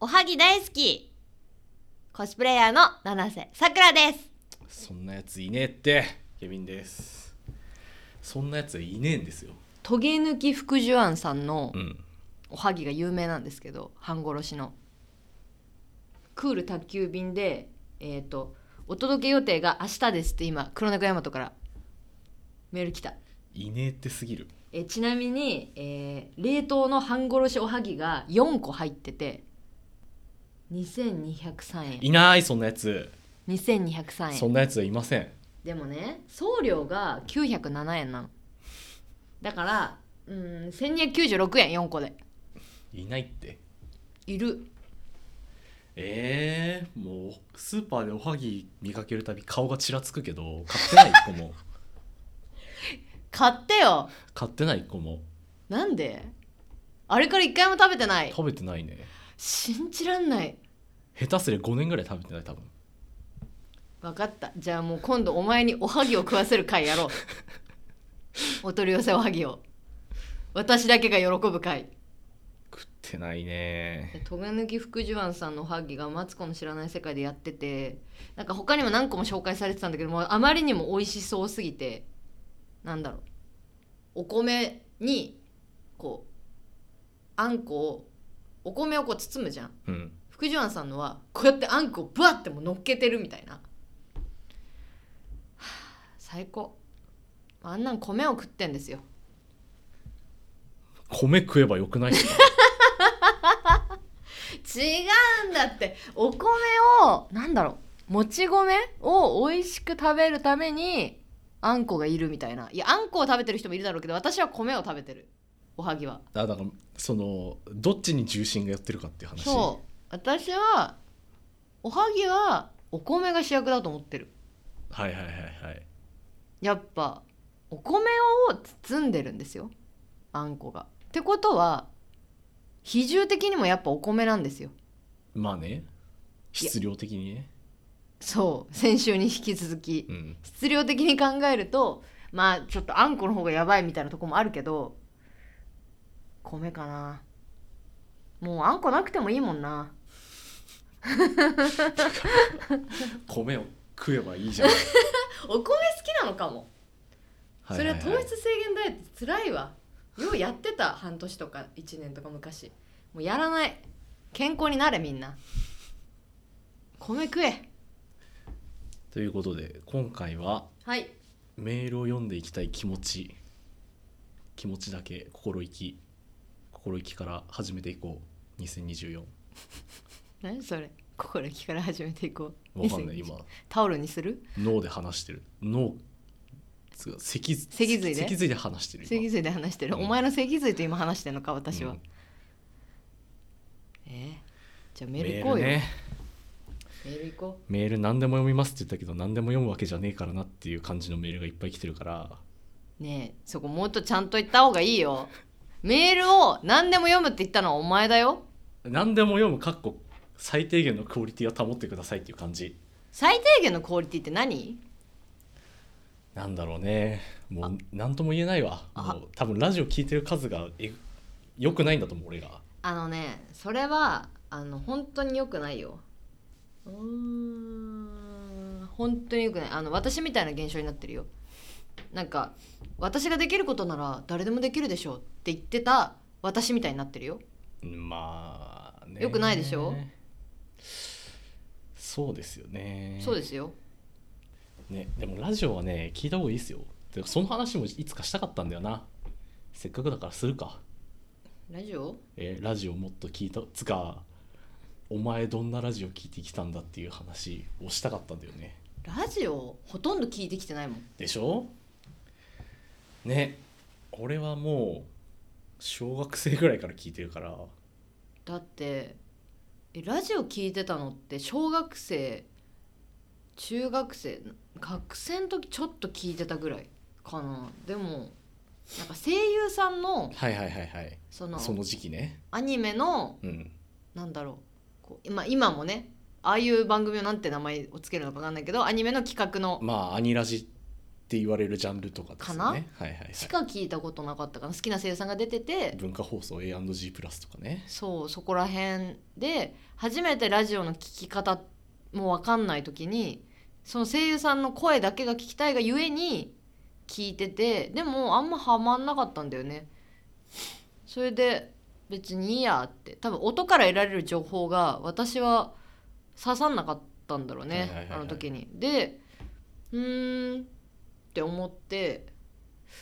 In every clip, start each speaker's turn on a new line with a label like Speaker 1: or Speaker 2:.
Speaker 1: おはぎ大好きコスプレイヤーの七瀬さくらです
Speaker 2: そんなやついねえってケビンですそんなやつはいねえんですよ
Speaker 3: トゲ抜き福寿庵さんの
Speaker 2: うん
Speaker 3: おはぎが有名なんですけど半殺しのクール宅急便でえっ、とお届け予定が明日ですって今黒猫大和からメール来た、
Speaker 2: いねえってすぎる
Speaker 3: えーちなみに、えー冷凍の半殺しおはぎが4個入ってて2203円
Speaker 2: いないそんなやつ、
Speaker 3: 2203
Speaker 2: そ
Speaker 3: 円
Speaker 2: んなやつはいません
Speaker 3: でもね送料が907円なのだからうーん1296円4個で
Speaker 2: いないって
Speaker 3: いる
Speaker 2: えー、もうスーパーでおはぎ見かけるたび顔がちらつくけど買ってない一個 も
Speaker 3: 買ってよ
Speaker 2: 買ってない一個も
Speaker 3: なんであれから一回も食べてない
Speaker 2: 食べてないね
Speaker 3: 信じらんない
Speaker 2: 下手すりゃ5年ぐらい食べてない多分
Speaker 3: 分かったじゃあもう今度お前におはぎを食わせる会やろうお取り寄せおはぎを私だけが喜ぶ会
Speaker 2: 食ってないね
Speaker 3: トゲ抜き福寿庵さんのおはぎがマツコの知らない世界でやっててなんか他にも何個も紹介されてたんだけどもうあまりにも美味しそうすぎてなんだろうお米にこうあんこをお米をこう包むじゃん
Speaker 2: うん
Speaker 3: 福寿庵さんのはこうやってあんこをバッてもう乗っけてるみたいなはあ最高あんなん米を食ってんですよ
Speaker 2: 米食えばよく ないっすか
Speaker 3: 違うんだってお米をなんだろうもち米を美味しく食べるためにあんこがいるみたいないやあんこを食べてる人もいるだろうけど私は米を食べてるおはぎは
Speaker 2: あだからそのどっちに重心が寄ってるかっていう話
Speaker 3: そう私はおはぎはお米が主役だと思ってる
Speaker 2: はいはいはいはい
Speaker 3: やっぱお米を包んでるんですよあんこが。ってことは比重的にもやっぱお米なんですよ。
Speaker 2: まあね質量的にね
Speaker 3: そう先週に引き続き
Speaker 2: うん
Speaker 3: 質量的に考えるとまあちょっとあんこの方がやばいみたいなとこもあるけど米かなもうあんこなくてもいいもんな
Speaker 2: 米を食えばいいじゃん、
Speaker 3: お米好きなのかも
Speaker 2: はい
Speaker 3: そ
Speaker 2: い
Speaker 3: れはい糖質制限ダイエットつらいわようやってた半年とか1年とか昔もうやらない健康になれみんな米食え
Speaker 2: ということで今回は
Speaker 3: はい
Speaker 2: メールを読んでいきたい気持ち気持ちだけ心意気心意気から始めていこう2024
Speaker 3: 何それ心意気から始めていこう
Speaker 2: わかんない
Speaker 3: 2020
Speaker 2: 今
Speaker 3: タオルにする
Speaker 2: 脳で話してる脳つうか脊
Speaker 3: 脊髄で
Speaker 2: 脊髄で話してる
Speaker 3: 脊髄で話してる、
Speaker 2: うん
Speaker 3: お前の脊髄と今話してるのか私は、
Speaker 2: うん
Speaker 3: えーじゃあメ
Speaker 2: メ
Speaker 3: ール
Speaker 2: ー
Speaker 3: 行こう
Speaker 2: ル
Speaker 3: よメー
Speaker 2: ね
Speaker 3: ル,、行こ
Speaker 2: メール何でも読みますって言ったけど何でも読むわけじゃねえからなっていう感じのメールがいっぱい来てるから
Speaker 3: うねえそこもっとちゃんと言った方がいいよメールを何でも読むって言ったのはお前だよ
Speaker 2: 何でも読むかっこ最低限のクオリティは保ってくださいっていう感じ
Speaker 3: 最低限のクオリティって何
Speaker 2: なんだろうねもう何とも言えないわもう多分ラジオ聞いてる数がえよくないんだと思う俺が
Speaker 3: あのねそれはあの本当に良くないようーん本当に良くないあの私みたいな現象になってるよなんか私ができることなら誰でもできるでしょうって言ってた私みたいになってるよ
Speaker 2: まあね
Speaker 3: よくないでしょ
Speaker 2: そうですよね
Speaker 3: そうですすよ
Speaker 2: ねでもラジオはね聞いた方がいいですよでその話もいつかしたかったんだよなせっかくだからするか
Speaker 3: ラジオ
Speaker 2: えーラジオもっと聞いたつかお前どんなラジオ聞いてきたんだっていう話をしたかったんだよね
Speaker 3: ラジオほとんど聞いてきてないもん
Speaker 2: でしょね俺はもう小学生ぐらいから聞いてるから
Speaker 3: だってえラジオ聞いてたのって小学生中学生学生の時ちょっと聞いてたぐらいかなでもなんか声優さんの
Speaker 2: はいはいはいはい
Speaker 3: その
Speaker 2: その時期ね
Speaker 3: アニメの
Speaker 2: うん
Speaker 3: なんだろうこう今今もねああいう番組をなんて名前をつけるのか分かんないけどアニメの企画の
Speaker 2: まあアニラジって言われるジャンルとかです
Speaker 3: かな
Speaker 2: よね。はいはいはい
Speaker 3: しか聞いたことなかったかな好きな声優さんが出てて
Speaker 2: 文化放送 A&G プラスとかね。
Speaker 3: そうそこら辺で初めてラジオの聞き方も分かんない時にその声優さんの声だけが聞きたいがゆえに聞いててでもあんまハマんなかったんだよねそれで別にいいやって多分音から得られる情報が私は刺さんなかったんだろう
Speaker 2: はいはいは
Speaker 3: ね
Speaker 2: いはい
Speaker 3: あの時にでうーんって思って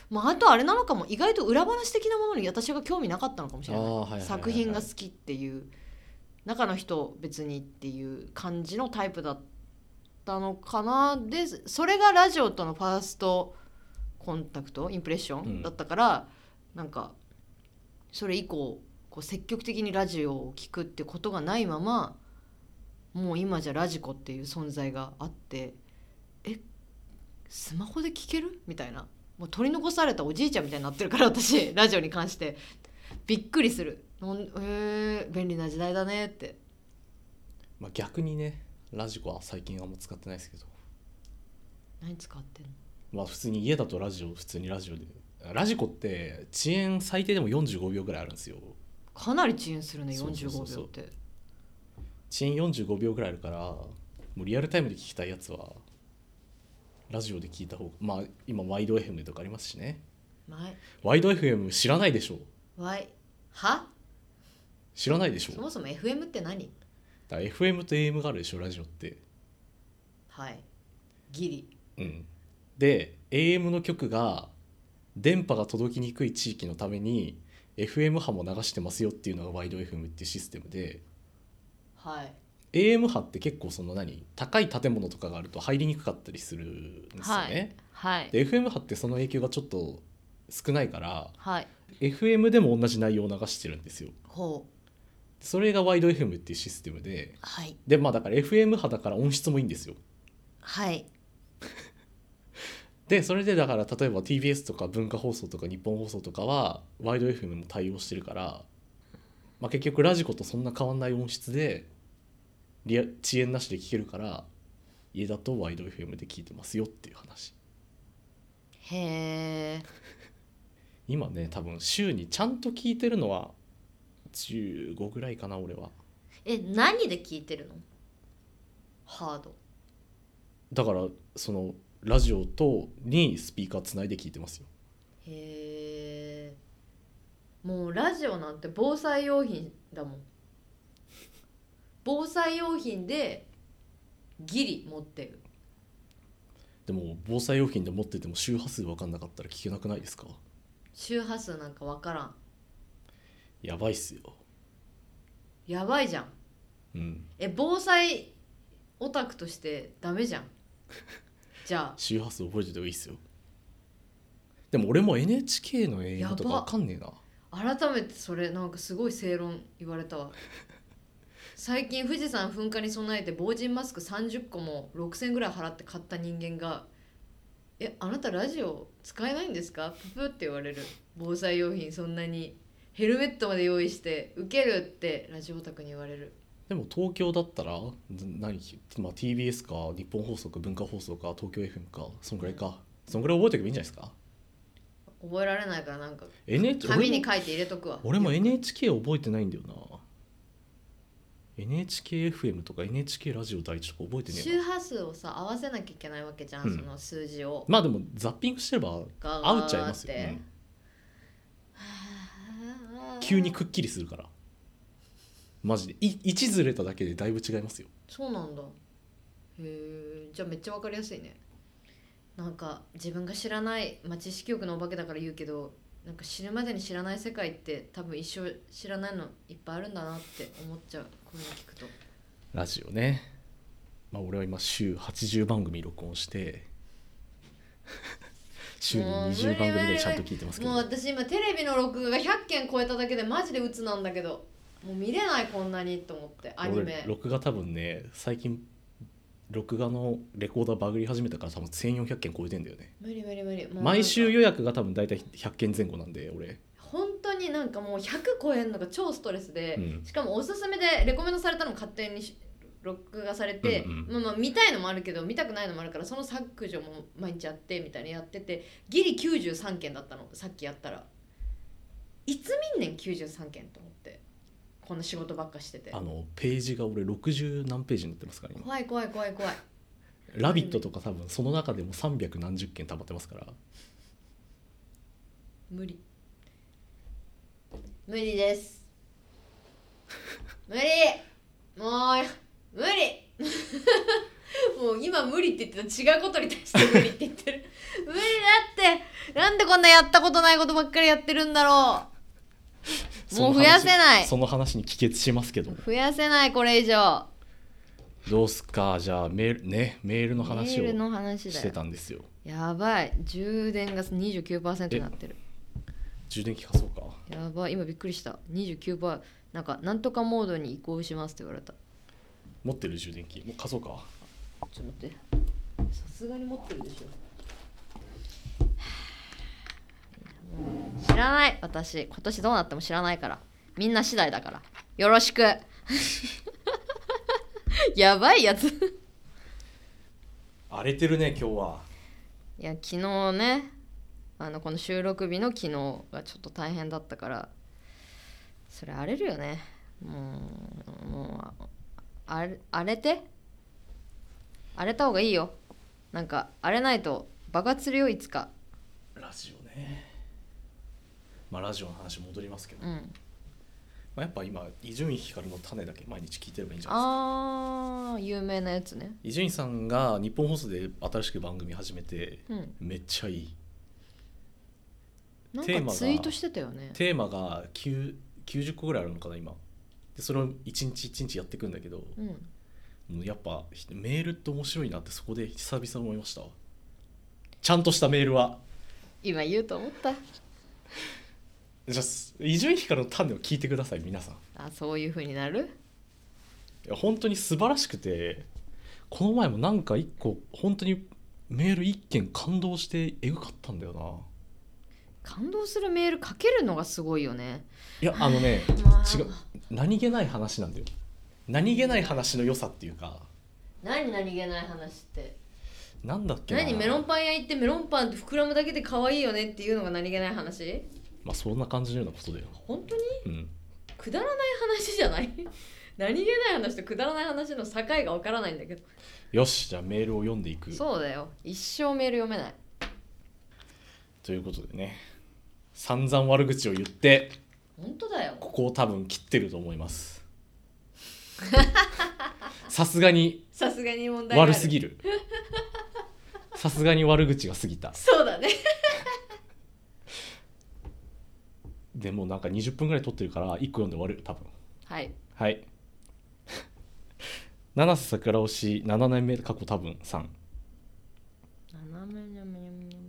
Speaker 3: まああとあれなのかも意外と裏話的なものに私が興味なかったのかもしれない
Speaker 2: あーはいはいはいはい
Speaker 3: 作品が好きっていう中の人別にっていう感じのタイプだったのかなでそれがラジオとのファーストコンタクトインプレッショ
Speaker 2: うん
Speaker 3: ンだったから、なんかそれ以降こう積極的にラジオを聞くってことがないままもう今じゃラジコっていう存在があってえスマホで聞けるみたいなもう取り残されたおじいちゃんみたいになってるから私ラジオに関してびっくりするなんえー、便利な時代だねって
Speaker 2: まあ、逆にねラジコは最近あんま使ってないですけど、
Speaker 3: 何使ってんの
Speaker 2: まあ、普通に家だとラジオ普通にラジオでラジコって遅延最低でも45秒ぐらいあるんですよ
Speaker 3: かなり遅延するね
Speaker 2: そうそう
Speaker 3: 45
Speaker 2: そうそう
Speaker 3: 秒って
Speaker 2: 遅延45秒ぐらいあるからもうリアルタイムで聞きたいやつはラジオで聞いた方がまあ今ワイド FM とかありますしね
Speaker 3: 前
Speaker 2: ワイド FM 知らないでしょ
Speaker 3: わいは
Speaker 2: 知らないでしょ
Speaker 3: そもそも FM って何
Speaker 2: だから FM と AM があるでしょラジオって
Speaker 3: はいギリ
Speaker 2: うん、で AM の曲が電波が届きにくい地域のために FM 波も流してますよっていうのがワイド FM っていうシステムで
Speaker 3: はい
Speaker 2: AM 波って結構その何高い建物とかがあると入りにくかったりするんですよね。
Speaker 3: はい
Speaker 2: で FM 波ってその影響がちょっと少ないから
Speaker 3: はい
Speaker 2: FM でも同じ内容を流してるんですよ。
Speaker 3: ほう
Speaker 2: それがワイド FM っていうシステムで
Speaker 3: はい
Speaker 2: でまあだから FM 波だから音質もいいんですよ。
Speaker 3: はい
Speaker 2: でそれでだから例えば TBS とか文化放送とか日本放送とかはワイド FM も対応してるから、まあ、結局ラジコとそんな変わんない音質でリア遅延なしで聴けるから家だとワイド FM で聴いてますよっていう話
Speaker 3: へえ
Speaker 2: 今ね多分週にちゃんと聴いてるのは15ぐらいかな俺は
Speaker 3: え何で聞いてるのハード
Speaker 2: だからそのラジオとにスピーカーつないで聴いてますよ
Speaker 3: へえもうラジオなんて防災用品だもん防災用品でギリ持ってる
Speaker 2: でも防災用品で持ってても周波数分かんなかったら聴けなくないですか
Speaker 3: 周波数なんかわからん
Speaker 2: やばいっすよ
Speaker 3: やばいじゃん
Speaker 2: うん
Speaker 3: え防災オタクとしてダメじゃんじゃあ
Speaker 2: 周波数覚えてた方がいいっすよでも俺も NHK の映画とか
Speaker 3: やば
Speaker 2: わかんねえな
Speaker 3: 改めてそれなんかすごい正論言われたわ最近富士山噴火に備えて防塵マスク30個も6,000ぐらい払って買った人間が「えあなたラジオ使えないんですか?」ププって言われる防災用品そんなにヘルメットまで用意してウケるってラジオオタクに言われる
Speaker 2: でも東京だったらず何、まあ、TBS か日本放送か文化放送か東京 FM かそんぐらいかそんぐらい覚えておけばいいんじゃないですか
Speaker 3: 覚えられないからなんか
Speaker 2: NHK
Speaker 3: 紙
Speaker 2: 俺
Speaker 3: に
Speaker 2: も
Speaker 3: 書いて入れとくわ
Speaker 2: 俺も NHK 覚えてないんだよな NHKFM とか NHK ラジオ第一とか覚えてねえ
Speaker 3: 周
Speaker 2: な
Speaker 3: 波数をさ合わせなきゃいけないわけじゃん、
Speaker 2: うん
Speaker 3: その数字を
Speaker 2: まあでもザッピングしてれば
Speaker 3: ガ
Speaker 2: 合うっちゃいますよ、
Speaker 3: ガーって
Speaker 2: うん急にくっきりするからマジでい位置ずれただけでだいぶ違いますよ
Speaker 3: そうなんだへえじゃあめっちゃわかりやすいねなんか自分が知らない、まあ、知識欲のお化けだから言うけどなんか死ぬまでに知らない世界って多分一生知らないのいっぱいあるんだなって思っちゃうこういうの聞くと
Speaker 2: ラジオね、まあ、俺は今週80番組録音して 週に
Speaker 3: もう無理
Speaker 2: 20番組ぐらいちゃんと聞いてますけど
Speaker 3: もう私今テレビの録画が100件超えただけでマジで鬱なんだけどもう見れないこんなにと思ってアニ
Speaker 2: 俺
Speaker 3: メ
Speaker 2: 録画多分ね最近録画のレコーダーバグり始めたから多分1400件超えてんだよね
Speaker 3: 無理無理無理もうなんか
Speaker 2: 毎週予約が多分大体100件前後なんで俺
Speaker 3: 本当になんかもう100超えるのが超ストレスで、
Speaker 2: うん
Speaker 3: しかもおすすめでレコメンドされたのも勝手にし録画されて、
Speaker 2: うん
Speaker 3: まあまあ見たいのもあるけど見たくないのもあるからその削除も毎日やってみたいにやっててギリ93件だったのさっきやったらいつ見んねん93件と思ってこんな仕事ばっかしてて
Speaker 2: あのページが俺60何ページになってますから今
Speaker 3: 怖い怖い怖い怖い
Speaker 2: 「ラビット!」とか多分その中でも300何十件溜まってますから
Speaker 3: 無理無理です無理もう無理 もう今無理って言ってた違うことに対して無理って言ってる 無理だってなんでこんなやったことないことばっかりやってるんだろうもう増やせない
Speaker 2: その話その話に帰結しますけど
Speaker 3: 増やせないこれ以上
Speaker 2: どうすかじゃあメールねメールの話
Speaker 3: メール
Speaker 2: を
Speaker 3: の話
Speaker 2: し
Speaker 3: だ
Speaker 2: て
Speaker 3: よ
Speaker 2: たんですよ
Speaker 3: やばい充電が29%になってる
Speaker 2: 充電器貸そうか
Speaker 3: やばい今びっくりした29%なんかなんとかモードに移行しますって言われた
Speaker 2: 持ってる充電器もう貸そうか
Speaker 3: ちょっと待って。さすがに持ってるでしょ。知らない私今年どうなっても知らないからみんな次第だからよろしく やばいやつい
Speaker 2: 荒れてるね今日は
Speaker 3: や昨日ねあのこの収録日の昨日がちょっと大変だったからそれ荒れるよねもうもうあれ荒れて荒れた方がいいよなんか荒れないと爆発するよいつか
Speaker 2: ラジオねまあラジオの話戻りますけど、
Speaker 3: う
Speaker 2: ま
Speaker 3: ん、
Speaker 2: あ、やっぱ今伊集院光の種だけ毎日聞いてればいいんじゃないです
Speaker 3: あ
Speaker 2: か
Speaker 3: ー有名なやつね
Speaker 2: 伊集院さんが日本放送で新しく番組始めて
Speaker 3: うん
Speaker 2: めっちゃいい
Speaker 3: なん
Speaker 2: テー
Speaker 3: か
Speaker 2: マが
Speaker 3: ツイートしてたよね
Speaker 2: テーマが9 90個ぐらいあるのかな今でそれを一日一日やっていくんだけど、
Speaker 3: うん
Speaker 2: もうやっぱメールって面白いなってそこで久々思いましたわちゃんとしたメールは
Speaker 3: 今言うと思った
Speaker 2: じゃあ伊集院光の種を聞いてください皆さん
Speaker 3: あそういう風になる
Speaker 2: いや本当に素晴らしくてこの前もなんか一個本当にメール一件感動してえぐかったんだよな
Speaker 3: 感動するメール書けるのがすごいよね
Speaker 2: いやあのね
Speaker 3: まあ
Speaker 2: 違う何気ない話なんだよ何気ない話の良さっていうか
Speaker 3: 何何気ない話って
Speaker 2: なんだっけな
Speaker 3: 何メロンパン屋行ってメロンパンって膨らむだけで可愛いよねっていうのが何気ない話
Speaker 2: まあそんな感じのようなことだよ
Speaker 3: 本当に
Speaker 2: うん
Speaker 3: くだらない話じゃない 何気ない話とくだらない話の境がわからないんだけど
Speaker 2: よしじゃあメールを読んでいく
Speaker 3: そうだよ一生メール読めない
Speaker 2: ということでね散々悪口を言って
Speaker 3: 本当だよ
Speaker 2: ここを多分切ってると思います さすがに
Speaker 3: さすがに問題がある
Speaker 2: 悪すぎるさすがに悪口が過ぎた
Speaker 3: そうだね
Speaker 2: でもうなんか20分ぐらい撮ってるから1個読んで終わる多分
Speaker 3: はい
Speaker 2: はい七瀬桜推し7年目過去多分3
Speaker 3: 斜めにょむにょむにょむ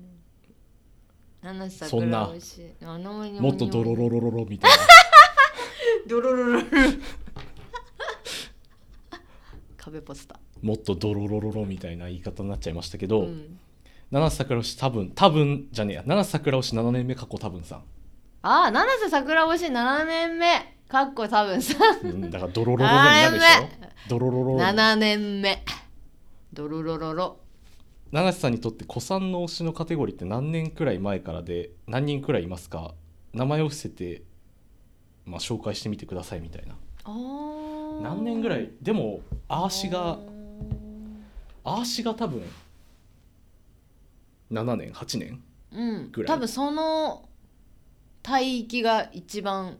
Speaker 3: 七瀬
Speaker 2: そんな
Speaker 3: 桜美味しい斜めにょむにょむ
Speaker 2: もっとドロロロロロみたいな
Speaker 3: ドロロロ ロ壁ポスタ
Speaker 2: もっとドロロロロみたいな言い方になっちゃいましたけ
Speaker 3: ー
Speaker 2: ど、
Speaker 3: ん、
Speaker 2: 七瀬桜推し多分多分じゃねえや七瀬桜推し7年目過去多分3、
Speaker 3: ああ七瀬桜美味しい7年目かっこ多分さ
Speaker 2: うん、だからドロロロロになるでし
Speaker 3: あーや
Speaker 2: ょドロロロロ
Speaker 3: 7年目ドロロロロ
Speaker 2: 七瀬さんにとって子さんの推しのカテゴリーって何年くらい前からで何人くらいいますか名前を伏せて、まあ、紹介してみてくださいみたいな
Speaker 3: あー
Speaker 2: 何年ぐらいでもアーシ
Speaker 3: あ
Speaker 2: が
Speaker 3: ー
Speaker 2: アーシが多分7年8年
Speaker 3: うん
Speaker 2: ぐらい
Speaker 3: 多分その帯域が一番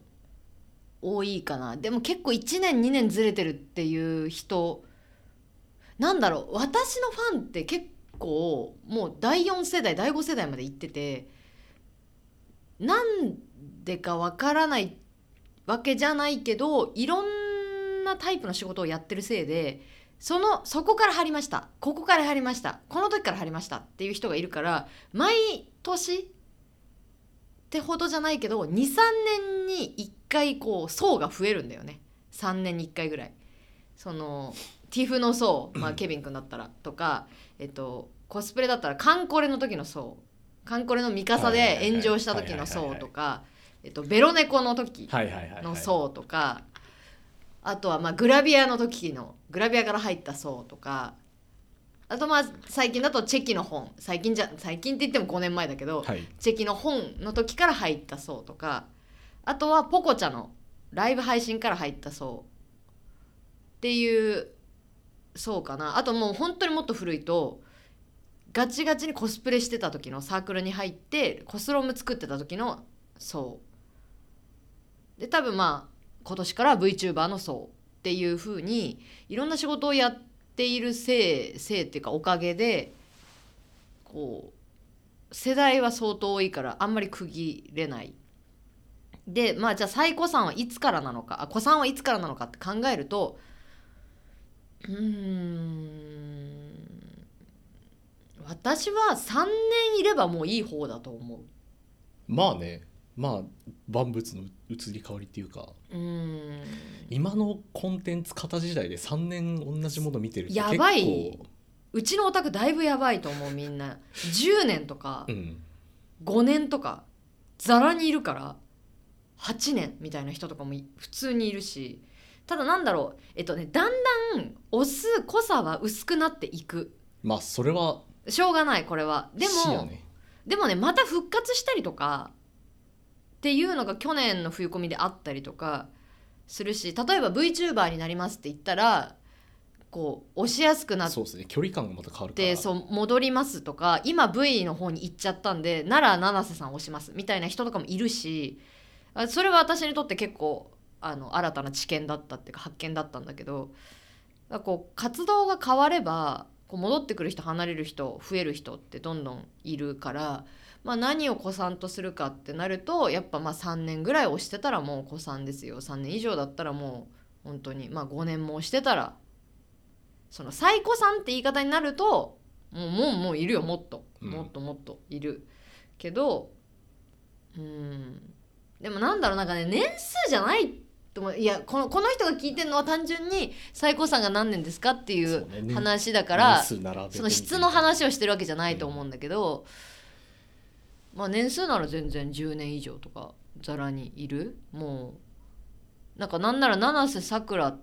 Speaker 3: 多いかなでも結構1年2年ずれてるっていう人なんだろう私のファンって結構もう第4世代第5世代まで行っててなんでかわからないわけじゃないけどいろんなタイプの仕事をやってるせいでそのそこから入りましたここから入りましたこの時から入りましたっていう人がいるから毎年ってほどじゃないけど23年に1回こう層が増えるんだよね3年に1回ぐらいそのティフの層、まあ、ケビン君だったらとか、えっと、コスプレだったらカンコレの時の層カンコレのミカサ
Speaker 2: はいはい
Speaker 3: で
Speaker 2: はい
Speaker 3: 炎上した時の層とか、えっと、ベロネコの時
Speaker 2: はいはいはい、
Speaker 3: の層とか、あとはまあグラビアの時のグラビアから入った層とかあとまあ最近だとチェキの本最近じゃ最近って言っても5年前だけど、
Speaker 2: はい
Speaker 3: チェキの本の時から入った層とかあとはポコチャのライブ配信から入った層っていう層かなあともう本当にもっと古いとガチガチにコスプレしてた時のサークルに入ってコスロム作ってた時の層で多分まあ今年から VTuber の層っていう風にいろんな仕事をやっているせいせいっていうかおかげでこう世代は相当多いからあんまり区切れないでまあじゃあ最古さんはいつからなのかあ古さんはいつからなのかって考えるとうーん私は3年いればもういい方だと思う
Speaker 2: まあねまあ万物の移り変わりっていうか
Speaker 3: うーん
Speaker 2: 今のコンテンツ型時代で3年同じもの見てる人
Speaker 3: やばい、うちのオタクだいぶやばいと思うみんな10年とか
Speaker 2: うん、
Speaker 3: 5年とかざらにいるから8年みたいな人とかもい普通にいるしただなんだろうえっとねだんだんオス濃さは薄くなっていく
Speaker 2: まあそれは
Speaker 3: しょうがないこれはで
Speaker 2: 死や
Speaker 3: も、
Speaker 2: ね
Speaker 3: でもねまた復活したりとかっていうのが去年の冬コミであったりとかするし例えば VTuber になりますって言ったらこう押しやすくなって
Speaker 2: そうですね距離感がまた変わるから
Speaker 3: でそう戻りますとか今 V の方に行っちゃったんでなら七瀬さん押しますみたいな人とかもいるしあそれは私にとって結構あの新たな知見だったっていうか発見だったんだけどだからこう活動が変わればこう戻ってくる人離れる人増える人ってどんどんいるから、まあ、何を子さんとするかってなるとやっぱまあ3年ぐらい押してたらもう子さんですよ3年以上だったらもう本当にまあ5年も押してたらその最古さんって言い方になるともうもうもういるよもっと
Speaker 2: うん
Speaker 3: もっともっといる、けどうんでもなんだろうなんかね年数じゃないと思ういやこのこの人が聞いてるのは単純に最古さんが何年ですかってい
Speaker 2: そうね
Speaker 3: う
Speaker 2: 年
Speaker 3: 話だから
Speaker 2: 年数並べてみて
Speaker 3: その質の話をしてるわけじゃないと思うんだけど、まあ年数なら全然10年以上とかざらにいるもうなんかなんなら七瀬さくらっ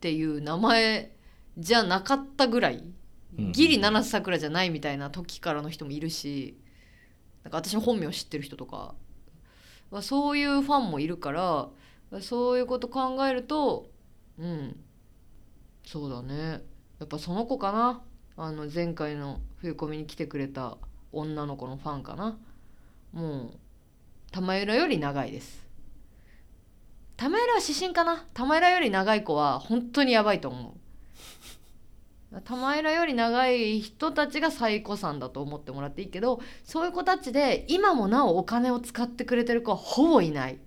Speaker 3: ていう名前じゃなかったぐらい、
Speaker 2: うん
Speaker 3: ギリ七瀬さくらじゃないみたいな時からの人もいるしなんか私の本名を知ってる人とかまあそういうファンもいるからそういうこと考えるとうんそうだねやっぱその子かなあの前回の冬コミに来てくれた女の子のファンかなもう玉浦より長いです玉浦は指針かな玉浦より長い子は本当にやばいと思う玉浦より長い人たちが最古さんだと思ってもらっていいけどそういう子たちで今もなおお金を使ってくれてる子はほぼいない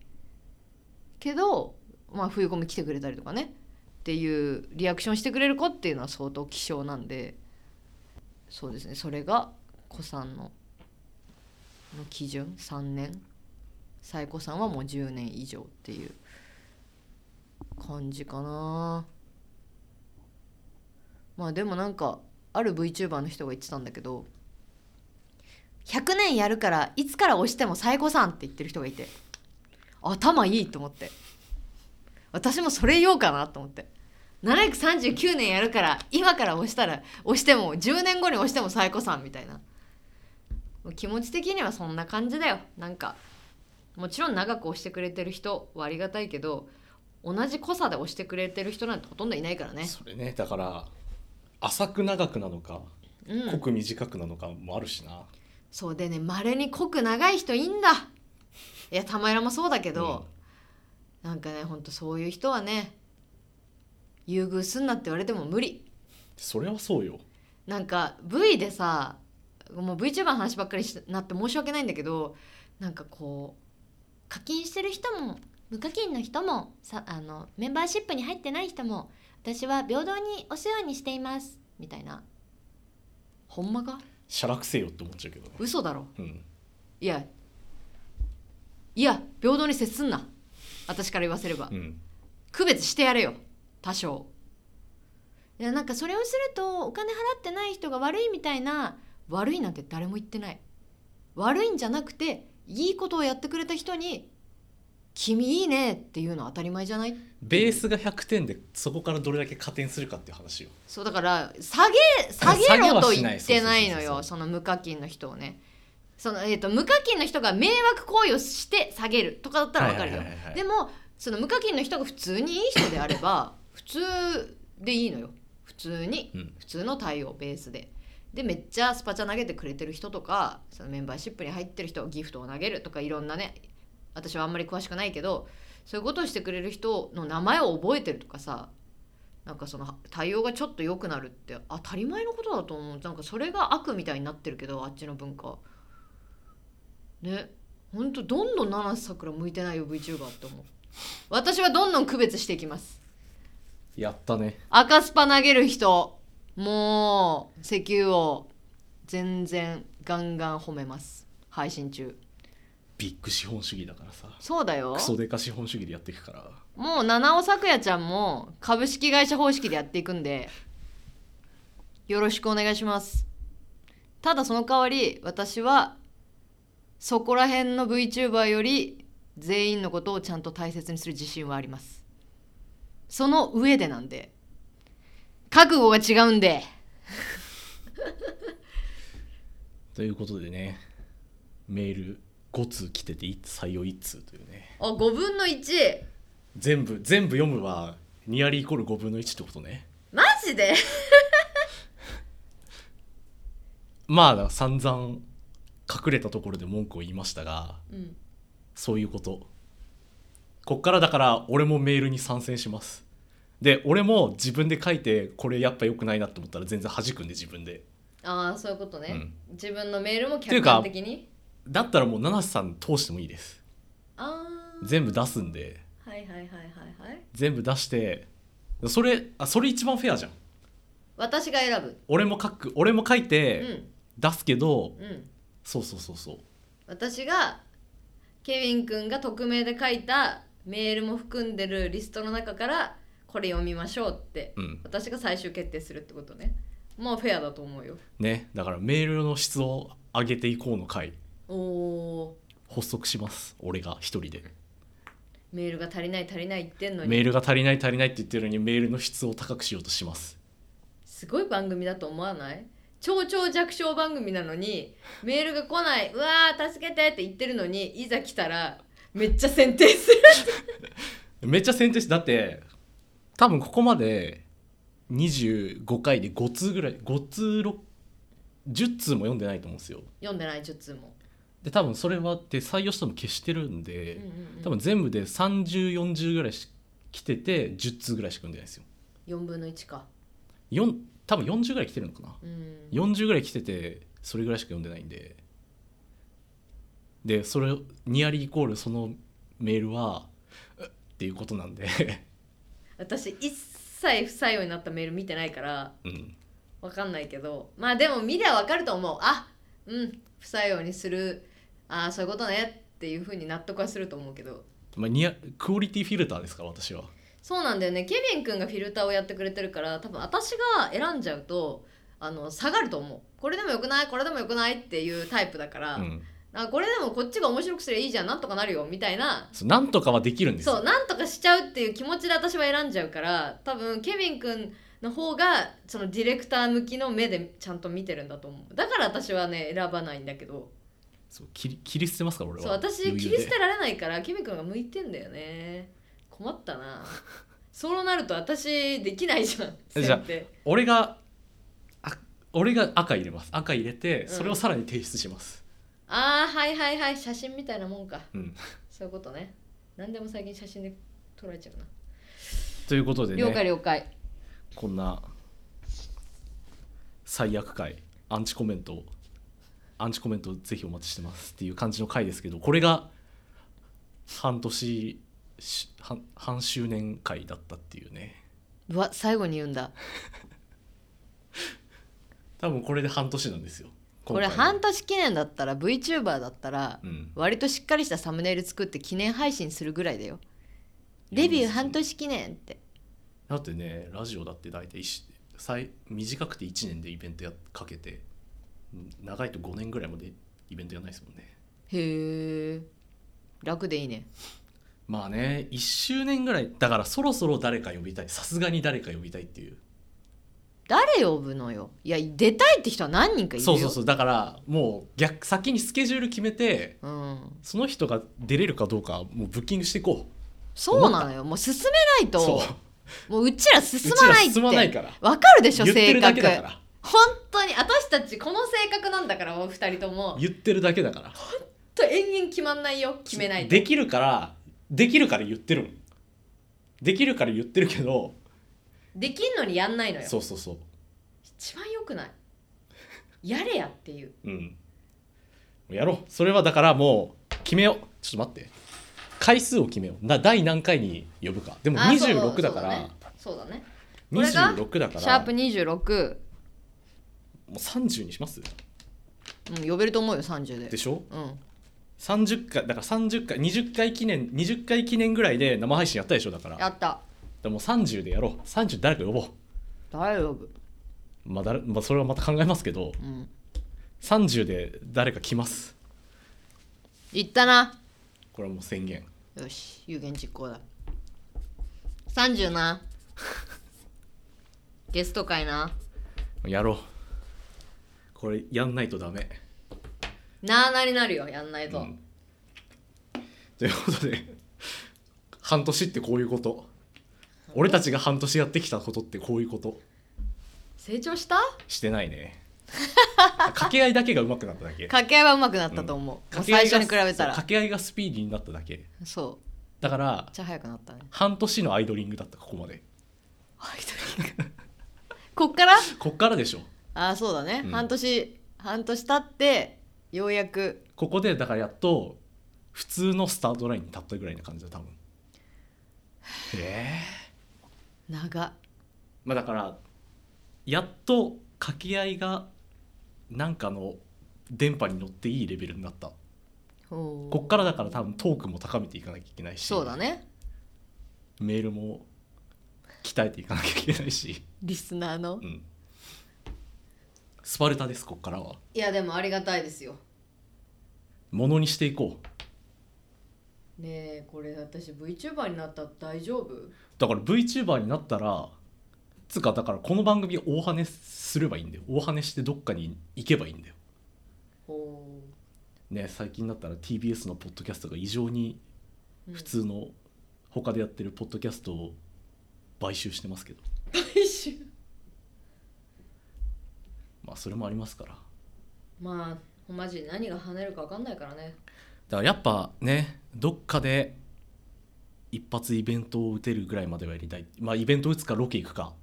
Speaker 3: けど、まあ、冬コミ来てくれたりとかねっていうリアクションしてくれる子っていうのは相当希少なんでそうですねそれが子さんのの基準3年最古さんはもう10年以上っていう感じかなまあでもなんかある VTuber の人が言ってたんだけど100年やるからいつから押しても最古さんって言ってる人がいて頭いいと思って私もそれ言おうかなと思って739年やるから今から押したら押しても10年後に押しても最古さんみたいな気持ち的にはそんな感じだよなんかもちろん長く押してくれてる人はありがたいけど同じ濃さで押してくれてる人なんてほとんどいないからね
Speaker 2: それねだから浅く長くなのか
Speaker 3: うん
Speaker 2: 濃く短くなのかもあるしな、
Speaker 3: そうでねまれに濃く長い人いいんだいや玉浦もそうだけど、なんかねほんとそういう人はね優遇すんなって言われても無理
Speaker 2: それはそうよ
Speaker 3: なんか V でさもう VTuber の話ばっかりしなって申し訳ないんだけどなんかこう課金してる人も無課金の人もさあのメンバーシップに入ってない人も私は平等にお世話にしていますみたいなほんまか
Speaker 2: しゃらくせえよって思っちゃうけどね
Speaker 3: 嘘だろ
Speaker 2: うん
Speaker 3: いやいや平等に接すんな私から言わせれば
Speaker 2: うん
Speaker 3: 区別してやれよ多少いやなんかそれをするとお金払ってない人が悪いみたいな悪いなんて誰も言ってない悪いんじゃなくていいことをやってくれた人に君いいねっていうのは当たり前じゃない
Speaker 2: ベースが100点でそこからどれだけ加点するかっていう話よ
Speaker 3: そうだから下げ下げろと
Speaker 2: 下げはしな
Speaker 3: 言
Speaker 2: い
Speaker 3: ってないの
Speaker 2: そうそうそうそ
Speaker 3: よ
Speaker 2: う
Speaker 3: その無課金の人をねその、えー、と無課金の人が迷惑行為をして下げるとかだったらわかるよ
Speaker 2: はいはいはいはい
Speaker 3: でもその無課金の人が普通にいい人であれば普通でいいのよ普通に、
Speaker 2: うん
Speaker 3: 普通の対応ベースででめっちゃスパチャ投げてくれてる人とかそのメンバーシップに入ってる人ギフトを投げるとかいろんなね私はあんまり詳しくないけどそういうことをしてくれる人の名前を覚えてるとかさなんかその対応がちょっと良くなるって当たり前のことだと思うなんかそれが悪みたいになってるけどあっちの文化ねほんとどんどん七瀬さくら向いてないよ VTuber って思う私はどんどん区別していきます
Speaker 2: やったね
Speaker 3: 赤スパ投げる人もう石油を全然ガンガン褒めます配信中
Speaker 2: ビッグ資本主義だからさ
Speaker 3: そうだよ
Speaker 2: クソデカ資本主義でやっていくから
Speaker 3: もう七尾咲夜ちゃんも株式会社方式でやっていくんでよろしくお願いしますただその代わり私はそこら辺の VTuber より全員のことをちゃんと大切にする自信はありますその上でなんで覚悟が違うんで
Speaker 2: ということでねメール5通来ててい採用1通というね
Speaker 3: あ5分の1
Speaker 2: 全部全部読むはニアリーイコール5分の1ってことね
Speaker 3: マジで
Speaker 2: まあ散々隠れたところで文句を言いましたが
Speaker 3: うん
Speaker 2: そういうことこっからだから俺もメールに参戦しますで俺も自分で書いてこれやっぱ良くないなって思ったら全然弾くんで自分で
Speaker 3: ああそういうことね、
Speaker 2: うん
Speaker 3: 自分のメールも
Speaker 2: てい
Speaker 3: 客
Speaker 2: うか
Speaker 3: 観的に
Speaker 2: だったらもう七瀬さん通してもいいです
Speaker 3: あ
Speaker 2: 全部出すんで
Speaker 3: あはいはいはいはいはい
Speaker 2: 全部出してそれあそれ一番フェアじゃん
Speaker 3: 私が選ぶ
Speaker 2: 俺も書く俺も書いうて
Speaker 3: ん
Speaker 2: 出すけど、
Speaker 3: うん
Speaker 2: そうそうそうそう
Speaker 3: 私がケビン君が匿名で書いたメールも含んでるリストの中からこれ読みましょうって、
Speaker 2: うん
Speaker 3: 私が最終決定するってことねもうフェアだと思うよ
Speaker 2: ねだからメールの質を上げていこうの回
Speaker 3: おお
Speaker 2: 発足します俺が一人で
Speaker 3: メールが足りない足りない言ってんの
Speaker 2: メ
Speaker 3: に
Speaker 2: ールが足りない足りないって言ってるのにメールの質を高くしようとします
Speaker 3: すごい番組だと思わない超超弱小番組なのにメールが来ないうわー助けてって言ってるのにいざ来たらめっちゃ選定する
Speaker 2: めっちゃ先手してだって多分ここまで25回で5通ぐらい5通6 10通も読んでないと思うんですよ
Speaker 3: 読んでない10通も、
Speaker 2: で多分それはって採用しても消してるん
Speaker 3: うん
Speaker 2: で、
Speaker 3: うんうん、
Speaker 2: 多分全部で3040ぐらいし来てて10通ぐらいしか読んでないですよ
Speaker 3: 4分の1か
Speaker 2: 4多分40ぐらい来てるのかな
Speaker 3: うん
Speaker 2: 40ぐらい来ててそれぐらいしか読んでないんででそれニアリーイコールそのメールはうっっていうことなんで
Speaker 3: 私一切不採用になったメール見てないから
Speaker 2: うん
Speaker 3: わかんないけどまあでも見りゃわかると思うあうん不採用にするああそういうことねっていうふうに納得はすると思うけど
Speaker 2: まあニアクオリティフィルターですから私は
Speaker 3: そうなんだよねケビン君がフィルターをやってくれてるから多分私が選んじゃうとあの下がると思うこれでもよくないこれでもよくないっていうタイプだから、
Speaker 2: うん
Speaker 3: あこれでもこっちが面白くすればいいじゃんなんとかなるよみたいな
Speaker 2: そうなんとかはできるんですよ
Speaker 3: そうなんとかしちゃうっていう気持ちで私は選んじゃうから多分ケビン君の方がそのディレクター向きの目でちゃんと見てるんだと思うだから私はね選ばないんだけど
Speaker 2: そう切り切り捨てますから俺は
Speaker 3: そう私
Speaker 2: 余
Speaker 3: 切り
Speaker 2: 裕で
Speaker 3: 捨てられないからケビン君が向いてんだよね困ったなそうなると私できないじゃん
Speaker 2: えじゃあ
Speaker 3: 先手
Speaker 2: 俺があ俺が赤入れます赤入れて
Speaker 3: ん
Speaker 2: それをさらに提出します、
Speaker 3: ああはいはいはい写真みたいなもんか
Speaker 2: うん、
Speaker 3: そういうことね何でも最近写真で撮られちゃうな、
Speaker 2: ということで
Speaker 3: 了解
Speaker 2: ね
Speaker 3: 了解
Speaker 2: こんな最悪回アンチコメントアンチコメントぜひお待ちしてますっていう感じの回ですけどこれが半年し半半周年回だったっていうね
Speaker 3: うわ最後に言うんだ
Speaker 2: 多分これで半年なんですよ
Speaker 3: これ
Speaker 2: 今回
Speaker 3: 半
Speaker 2: の
Speaker 3: 年記念だったら VTuber だったら、
Speaker 2: うん
Speaker 3: 割としっかりしたサムネイル作って記念配信するぐらいだよデビュー半年記念って
Speaker 2: だってねラジオだって大体一最短くて1年でイベントやかけてうん長いと5年ぐらいまでイベントやらないですもんね
Speaker 3: へえ楽でいいね
Speaker 2: まあね1周年ぐらいだからそろそろ誰か呼びたいさすがに誰か呼びたいっていう
Speaker 3: 誰呼ぶのよいや出たいって人は何人かいるよ
Speaker 2: そうそうそうだからもう逆先にスケジュール決めて
Speaker 3: うん、
Speaker 2: その人が出れるかどうかもうブッキングしていこ
Speaker 3: そうなのよもう進めないと
Speaker 2: うそう
Speaker 3: もううちら進
Speaker 2: う
Speaker 3: ま
Speaker 2: ちら
Speaker 3: ないって
Speaker 2: 進まないから
Speaker 3: わかるでし
Speaker 2: 言
Speaker 3: ょ
Speaker 2: って
Speaker 3: 性
Speaker 2: るだ
Speaker 3: 格
Speaker 2: けだから
Speaker 3: 本当に私たちこの性格なんだからお二人とも
Speaker 2: 言ってるだけだから
Speaker 3: と延々決まんないよ決めないと
Speaker 2: できるからできるから言ってるもんできるから言ってるけど
Speaker 3: できんのにやんないのよ
Speaker 2: そうそうそう
Speaker 3: 一番良くないやれやっていう
Speaker 2: うんやろうそれはだからもう決めようちょっと待って回数を決めような第何回に呼ぶかでも
Speaker 3: あそう
Speaker 2: 26だから
Speaker 3: そうだねそうだね
Speaker 2: 26だから
Speaker 3: シャープ26
Speaker 2: もう30にします
Speaker 3: うん、呼べると思うよ30
Speaker 2: で
Speaker 3: で
Speaker 2: しょ
Speaker 3: うん
Speaker 2: 30回だから30回20回記念20回記念ぐらいで生配信やったでしょだから
Speaker 3: やった
Speaker 2: でもう30でやろう30誰か呼ぼう
Speaker 3: 誰呼ぶ
Speaker 2: まあ誰まあ、それはまた考えますけど
Speaker 3: うん
Speaker 2: 30で誰か来ます
Speaker 3: 言ったな
Speaker 2: これはもう宣言
Speaker 3: よし有言実行だ30な ゲスト会な
Speaker 2: やろうこれやんないとダメ
Speaker 3: なあなになるよやんないと、
Speaker 2: うん ということで半年ってこういうこと俺たちが半年やってきたことってこういうこと
Speaker 3: 成長した
Speaker 2: してない ね掛け合いだけが上手くなっただけ
Speaker 3: 掛け合いは上手くなったと思う,、
Speaker 2: 掛け合い
Speaker 3: 最
Speaker 2: が
Speaker 3: 初に比べ
Speaker 2: そ
Speaker 3: た
Speaker 2: う
Speaker 3: らそ
Speaker 2: 掛け合いがスピーディーになっただけ
Speaker 3: う
Speaker 2: だから
Speaker 3: めっちゃ早くなったね
Speaker 2: 半年のアイドリングだったここまで
Speaker 3: こっから
Speaker 2: こっからでしょ
Speaker 3: ああそうだね、
Speaker 2: うん
Speaker 3: 半年半年経ってようやく
Speaker 2: ここでだからやっと普通のスタートラインに立ったぐらいな感じだ多分ええ
Speaker 3: 長っ
Speaker 2: まあだからやっと掛け合いがなんかの電波に乗っていいレベルになった
Speaker 3: ほう
Speaker 2: こっからだから多分トークも高めていかなきゃいけないし
Speaker 3: そうだね
Speaker 2: メールも鍛えていかなきゃいけないし、
Speaker 3: リスナーの
Speaker 2: うん、スパルタですこっからはい
Speaker 3: やでもありがたいですよ
Speaker 2: ものにしていこう
Speaker 3: ねえこれ私 VTuber になったら大丈夫
Speaker 2: だから VTuber になったらつうかだからこの番組を大跳ねすればいいんだよ大跳ねしてどっかに行けばいいんだよ
Speaker 3: ほ
Speaker 2: ね最近だったら TBS のポッドキャストが異常に
Speaker 3: う
Speaker 2: 普通の他でやってるポッドキャストを買収してますけどまあそれもありますからだ
Speaker 3: まあマジで何が跳ねるか分かんないからね
Speaker 2: からやっぱねどっかで一発イベントを打てるぐらいまではやりたいまあイベント打つかロケ行くか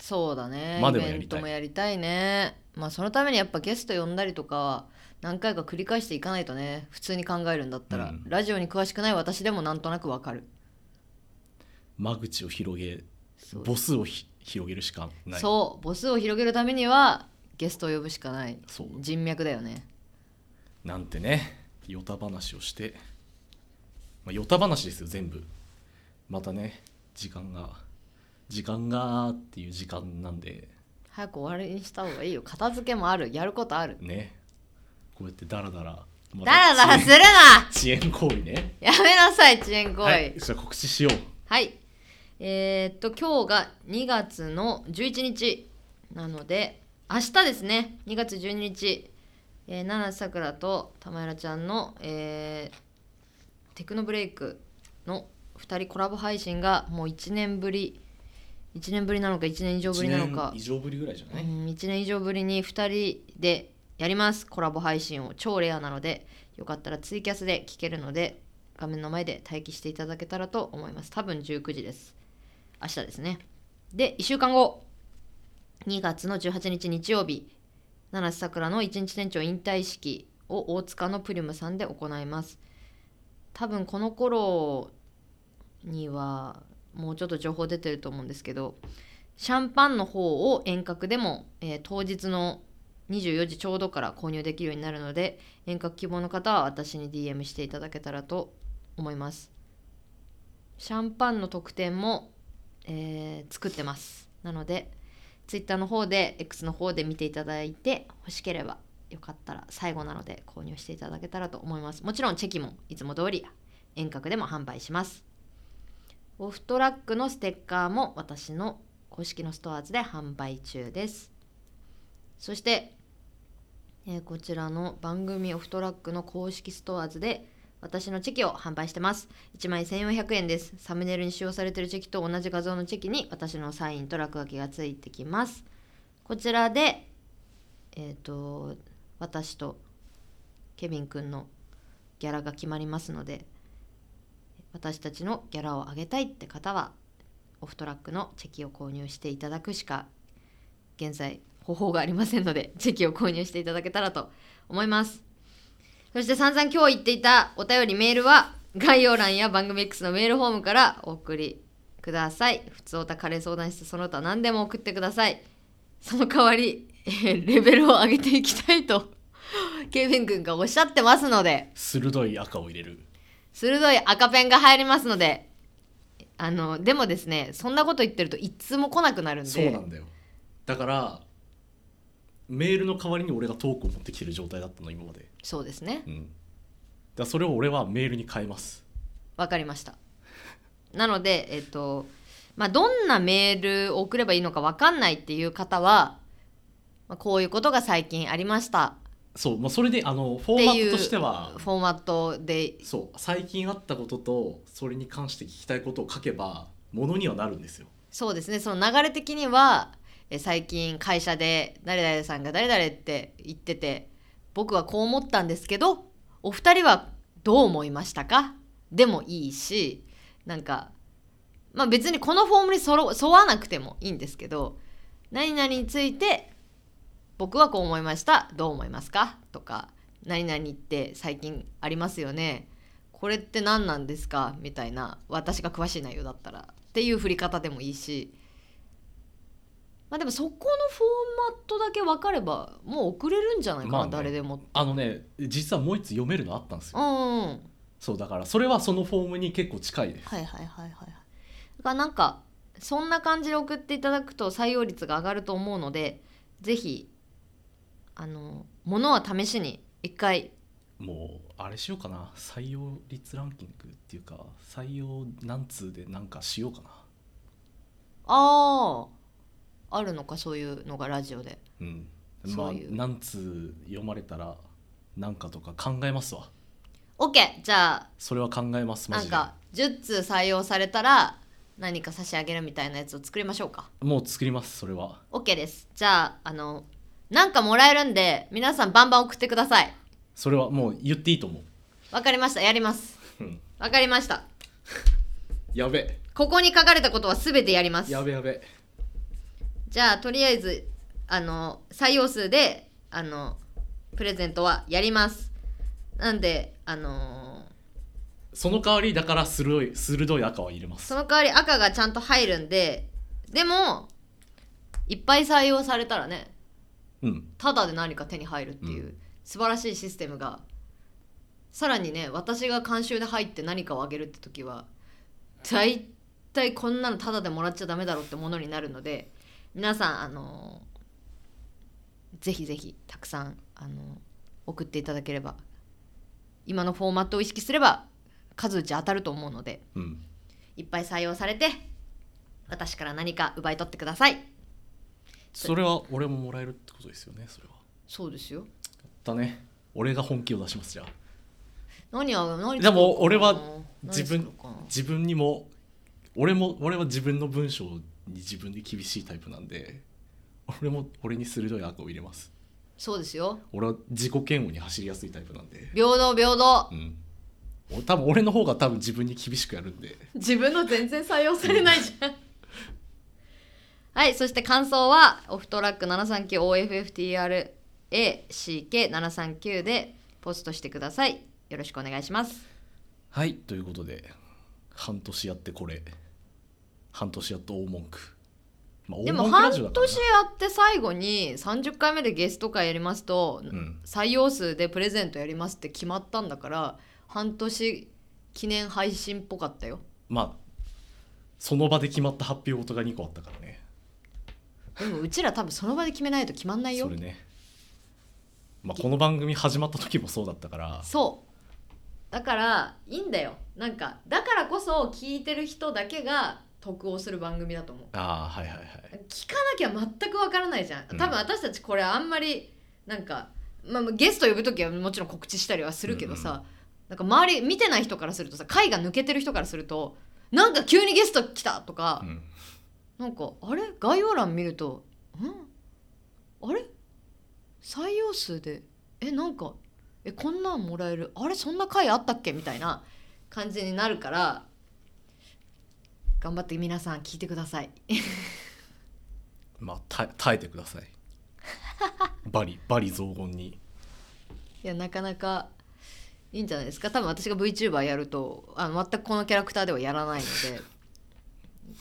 Speaker 3: そうだね
Speaker 2: まあ
Speaker 3: イ
Speaker 2: でもや
Speaker 3: ベ
Speaker 2: り
Speaker 3: ン
Speaker 2: たい
Speaker 3: トもやりたいねまあそのためにやっぱゲスト呼んだりとか何回か繰り返していかないとね普通に考えるんだったら、
Speaker 2: うん
Speaker 3: ラジオに詳しくない私でもなんとなく分かる
Speaker 2: 間口を広げ
Speaker 3: そう
Speaker 2: 母数をひ広げるしかない
Speaker 3: そう母数を広げるためにはゲストを呼ぶしかない
Speaker 2: そう
Speaker 3: 人脈だよね
Speaker 2: なんてねヨタ話をしてまあヨタ話ですよ全部またね時間が時間がっていう時間なんで
Speaker 3: 早く終わりにした方がいいよ片付けもあるやることある
Speaker 2: ねこうやってダラダラま
Speaker 3: ダラダラ
Speaker 2: 遅
Speaker 3: す
Speaker 2: 延
Speaker 3: るな
Speaker 2: 遅延行為ね
Speaker 3: やめなさい遅延行為、
Speaker 2: はいじゃあ告知しよ
Speaker 3: はい。えーっと、今日が2月の11日なので、明日ですね、2月12日、えー、七瀬さくらと玉浦ちゃんの、えーテクノブレイクの2人コラボ配信がもう1年ぶり、1年ぶりなのか1年以上
Speaker 2: う
Speaker 3: ぶりなのか
Speaker 2: 一年、以上ぶりぐらいじゃない、
Speaker 3: うん、1年以上ぶりに2人でやります、コラボ配信を。超レアなので、よかったらツイキャスで聞けるので、画面の前で待機していただけたらと思います。多分19時です。明日ですね。で、1週間後、2月の18日日曜日、七瀬さくらの一日店長引退式を大塚のプリムさんで行います。多分この頃にはもうちょっと情報出てると思うんですけど、シャンパンの方を遠隔でも、えー当日の24時ちょうどから購入できるようになるので遠隔希望の方は私に DM していただけたらと思いますシャンパンの特典も、えー作ってますなので Twitter の方で X の方で見ていただいて欲しければよかったら最後なので購入していただけたらと思いますもちろんチェキもいつも通り遠隔でも販売しますオフトラックのステッカーも私の公式のストアーズで販売中ですそして、えーこちらの番組オフトラックの公式ストアーズで私のチェキを販売してます1枚1400円ですサムネイルに使用されているチェキと同じ画像のチェキに私のサインと落書きがついてきますこちらでえっ、と私とケビンくんのギャラが決まりますので私たちのギャラを上げたいって方はオフトラックのチェキを購入していただくしか現在方法がありませんのでチェキを購入していただけたらと思いますそして散々今日言っていたお便りメールは概要欄や番組 X のメールフォームからお送りください普通おたカレー相談室その他何でも送ってくださいその代わり、 えーレベルを上げていきたいとケイビン君がおっしゃってますので
Speaker 2: 鋭い赤を入れる
Speaker 3: 鋭い赤ペンが入りますのであのでもですねそんなこと言ってると一通も来なくなるんで
Speaker 2: そうなんだよだからメールの代わりに俺がトークを持ってきてる状態だったの今まで
Speaker 3: そうですね
Speaker 2: うんだからそれを俺はメールに変えます
Speaker 3: わかりましたなのでえっ、とまあどんなメールを送ればいいのかわかんないっていう方は、まあ、こういうことが最近ありました
Speaker 2: そう、まあ、それであのフォ
Speaker 3: って
Speaker 2: ーマ
Speaker 3: い
Speaker 2: ッ
Speaker 3: う
Speaker 2: トとしては
Speaker 3: フォーマットで
Speaker 2: そう最近あったこととそれに関して聞きたいことを書けばものにはなるんですよ
Speaker 3: そうですねその流れ的にはえ最近会社で誰々さんが誰々って言ってて僕はこう思ったんですけどお二人はどう思いましたかでもいいしなんかまあ別にこのフォームにそろ沿わなくてもいいんですけど何々について僕はこう思いましたどう思いますかとか何々って最近ありますよねこれって何なんですかみたいな私が詳しい内容だったらっていう振り方でもいいしまあでもそこのフォーマットだけ分かればもう送れるんじゃないかな、
Speaker 2: まあね
Speaker 3: 誰でも。
Speaker 2: あのね実はもう一つ読めるのあったんです
Speaker 3: う
Speaker 2: よ
Speaker 3: んうんうん
Speaker 2: そうだからそれはそのフォームに結構近いです
Speaker 3: はいはいはいはいはいだからなんかそんな感じで送っていただくと採用率が上がると思うのでぜひあのものは試しに一回
Speaker 2: もうあれしようかな採用率ランキングっていうか採用何通でなんかしようかな
Speaker 3: あああるのかそういうのがラジオで
Speaker 2: うんま
Speaker 3: そ
Speaker 2: あ
Speaker 3: ういう
Speaker 2: 何通読まれたらなんかとか考えますわ
Speaker 3: OK じゃあ
Speaker 2: それは考えますマ
Speaker 3: なん
Speaker 2: ジで
Speaker 3: か10通採用されたら何か差し上げるみたいなやつを作りましょうか
Speaker 2: もう作りますそれは
Speaker 3: OK ですじゃああのなんかもらえるんで皆さんバンバン送ってください
Speaker 2: それはもう言っていいと思う
Speaker 3: わかりましたやります
Speaker 2: うん
Speaker 3: わかりました
Speaker 2: やべ
Speaker 3: ここに書かれたことは全てやります
Speaker 2: やべやべ
Speaker 3: じゃあとりあえずあの採用数であのプレゼントはやりますなんであの
Speaker 2: その代わりだから鋭い鋭い赤は入れま
Speaker 3: そ
Speaker 2: す
Speaker 3: の代わり赤がちゃんと入るんででもいっぱい採用されたらね
Speaker 2: うん
Speaker 3: ただで何か手に入るっていう、
Speaker 2: う
Speaker 3: 素晴らしいシステムがさらにね私が監修で入って何かをあげるって時は大体こんなのただでもらっちゃダメだろうってものになるので皆さんあのぜひぜひたくさんあの送っていただければ今のフォーマットを意識すれば数打ち当たると思うので
Speaker 2: うん
Speaker 3: いっぱい採用されて私から何か奪い取ってください
Speaker 2: それは俺ももらえるってことですよねそれは
Speaker 3: そうですよ
Speaker 2: だね俺が本気を出しますじゃあ
Speaker 3: 何を何作ろうかな
Speaker 2: でも俺は自
Speaker 3: 何
Speaker 2: 分
Speaker 3: 作ろうかな
Speaker 2: 自分にも俺も俺は自分の文章に自分で厳しいタイプなんで俺も俺に鋭い悪を入れます
Speaker 3: そうですよ
Speaker 2: 俺は自己嫌悪に走りやすいタイプなんで
Speaker 3: 平等平等
Speaker 2: うんお多分俺の方が多分自分に厳しくやるんで
Speaker 3: 自分の全然採用されないじゃん はいそして感想はオフトラック 739OFFTRACK739 でポストしてくださいよろしくお願いします
Speaker 2: はいということで半年やってこれ半年やっと大文句、まあ、
Speaker 3: でも
Speaker 2: 大文句
Speaker 3: 半
Speaker 2: ラ
Speaker 3: 年
Speaker 2: ジオ
Speaker 3: や
Speaker 2: だからな
Speaker 3: って最後に30回目でゲスト会やりますと、
Speaker 2: うん
Speaker 3: 採用数でプレゼントやりますって決まったんだから半年記念配信っぽかったよ
Speaker 2: まあその場で決まった発表事が2個あったからね
Speaker 3: でもうちら多分その場で決めないと決まんないよ
Speaker 2: それね、まあ、この番組始まった時もそうだったから
Speaker 3: そだからいいんだよなんかだからこそ聞いてる人だけが得をする番組だと思う
Speaker 2: ああはいはいはい
Speaker 3: 聞かなきゃ全くわからないじゃん
Speaker 2: うん
Speaker 3: 多分私たちこれあんまりなんか、まあ、ゲスト呼ぶ時はもちろん告知したりはするけどさ、
Speaker 2: うん
Speaker 3: なんか周り見てない人からするとさ回が抜けてる人からするとなんか急にゲスト来たとか
Speaker 2: う、ん
Speaker 3: なんかあれ概要欄見るとんあれ採用数でえなんかえこんなんもらえるあれそんな回あったっけみたいな感じになるから頑張って皆さん聞いてください
Speaker 2: まあ耐え耐えてくだ さいバリバリ雑言に
Speaker 3: いやなかなかいいんじゃないですか多分私が VTuber やるとあの全くこのキャラクターではやらないの で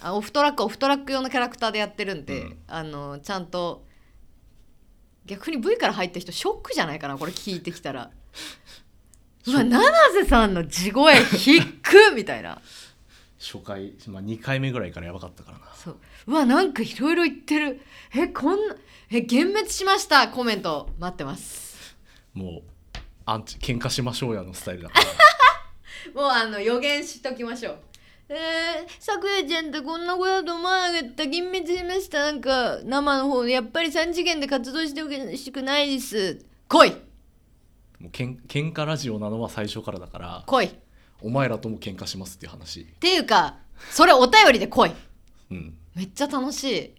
Speaker 3: あオフトラックオフトラック用のキャラクターでやってるんで、
Speaker 2: うん
Speaker 3: あのちゃんと逆に V から入った人ショックじゃないかなこれ聞いてきた らうわ七瀬さんの地声ひっくみたいな
Speaker 2: 初回、まあ、2回目ぐらいからやばかったからな
Speaker 3: そううわなんかいろいろ言ってるえこんなえ幻滅しましたコメント待ってます
Speaker 2: もうアンチ喧嘩しましょうやのスタイルだから
Speaker 3: もうあの予言しときましょう。えー、さくやちゃんってこんな子だと思わなかった銀滅しましたなんか生の方でやっぱり3次元で活動してほしくないです来い
Speaker 2: もうけん喧嘩ラジオなのは最初からだから
Speaker 3: 来いっ
Speaker 2: お前らとも喧嘩しますっていう話
Speaker 3: ていうかそれお便りで来い
Speaker 2: うん
Speaker 3: めっちゃ楽し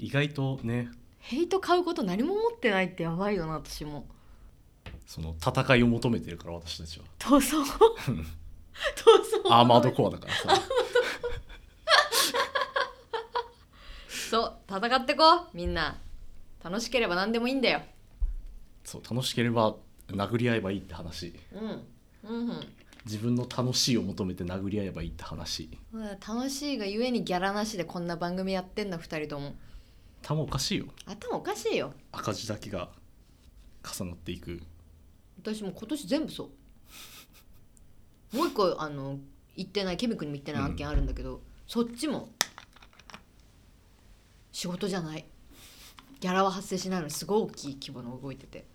Speaker 3: い
Speaker 2: 意外とね
Speaker 3: ヘイト買うこと何も持ってないってやばいよな私も
Speaker 2: その戦いを求めてるから私たちは
Speaker 3: 塗 装塗装
Speaker 2: アーマードコアだからさ
Speaker 3: そう戦ってこうみんな楽しければ何でもいいんだよ
Speaker 2: そう楽しければ殴り合えばいいって話
Speaker 3: うんうんうん
Speaker 2: 自分の楽しいを求めて殴り合えばいいって話
Speaker 3: うわ楽しいがゆえにギャラなしでこんな番組やってんだ2人とも
Speaker 2: 頭おかしいよ
Speaker 3: 頭おかしいよ
Speaker 2: 赤字だけが重なっていく
Speaker 3: 私もう今年全部そうもう一個あの行ってないケミ君にも行ってない案件あるんだけど、そっちも仕事じゃないギャラは発生しないのにすごい大きい規模の動いてて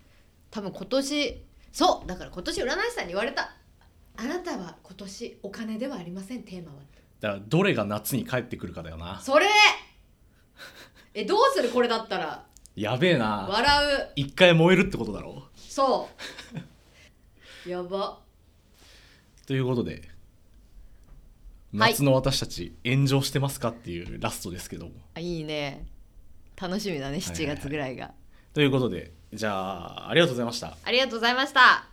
Speaker 3: 多分今年そうだから今年占い師さんに言われた「あなたは今年お金ではありませんテーマは」
Speaker 2: だからどれが夏に帰ってくるかだよな
Speaker 3: それえどうするこれだったら
Speaker 2: やべえな
Speaker 3: 笑う
Speaker 2: 一回燃えるってことだろ
Speaker 3: そうやば
Speaker 2: ということで
Speaker 3: はい
Speaker 2: 夏の私たち炎上してますかっていうラストですけども、
Speaker 3: いいね楽しみだね
Speaker 2: はいはい
Speaker 3: 7月ぐらいが、
Speaker 2: ということでじゃあありがとうございました
Speaker 3: ありがとうございました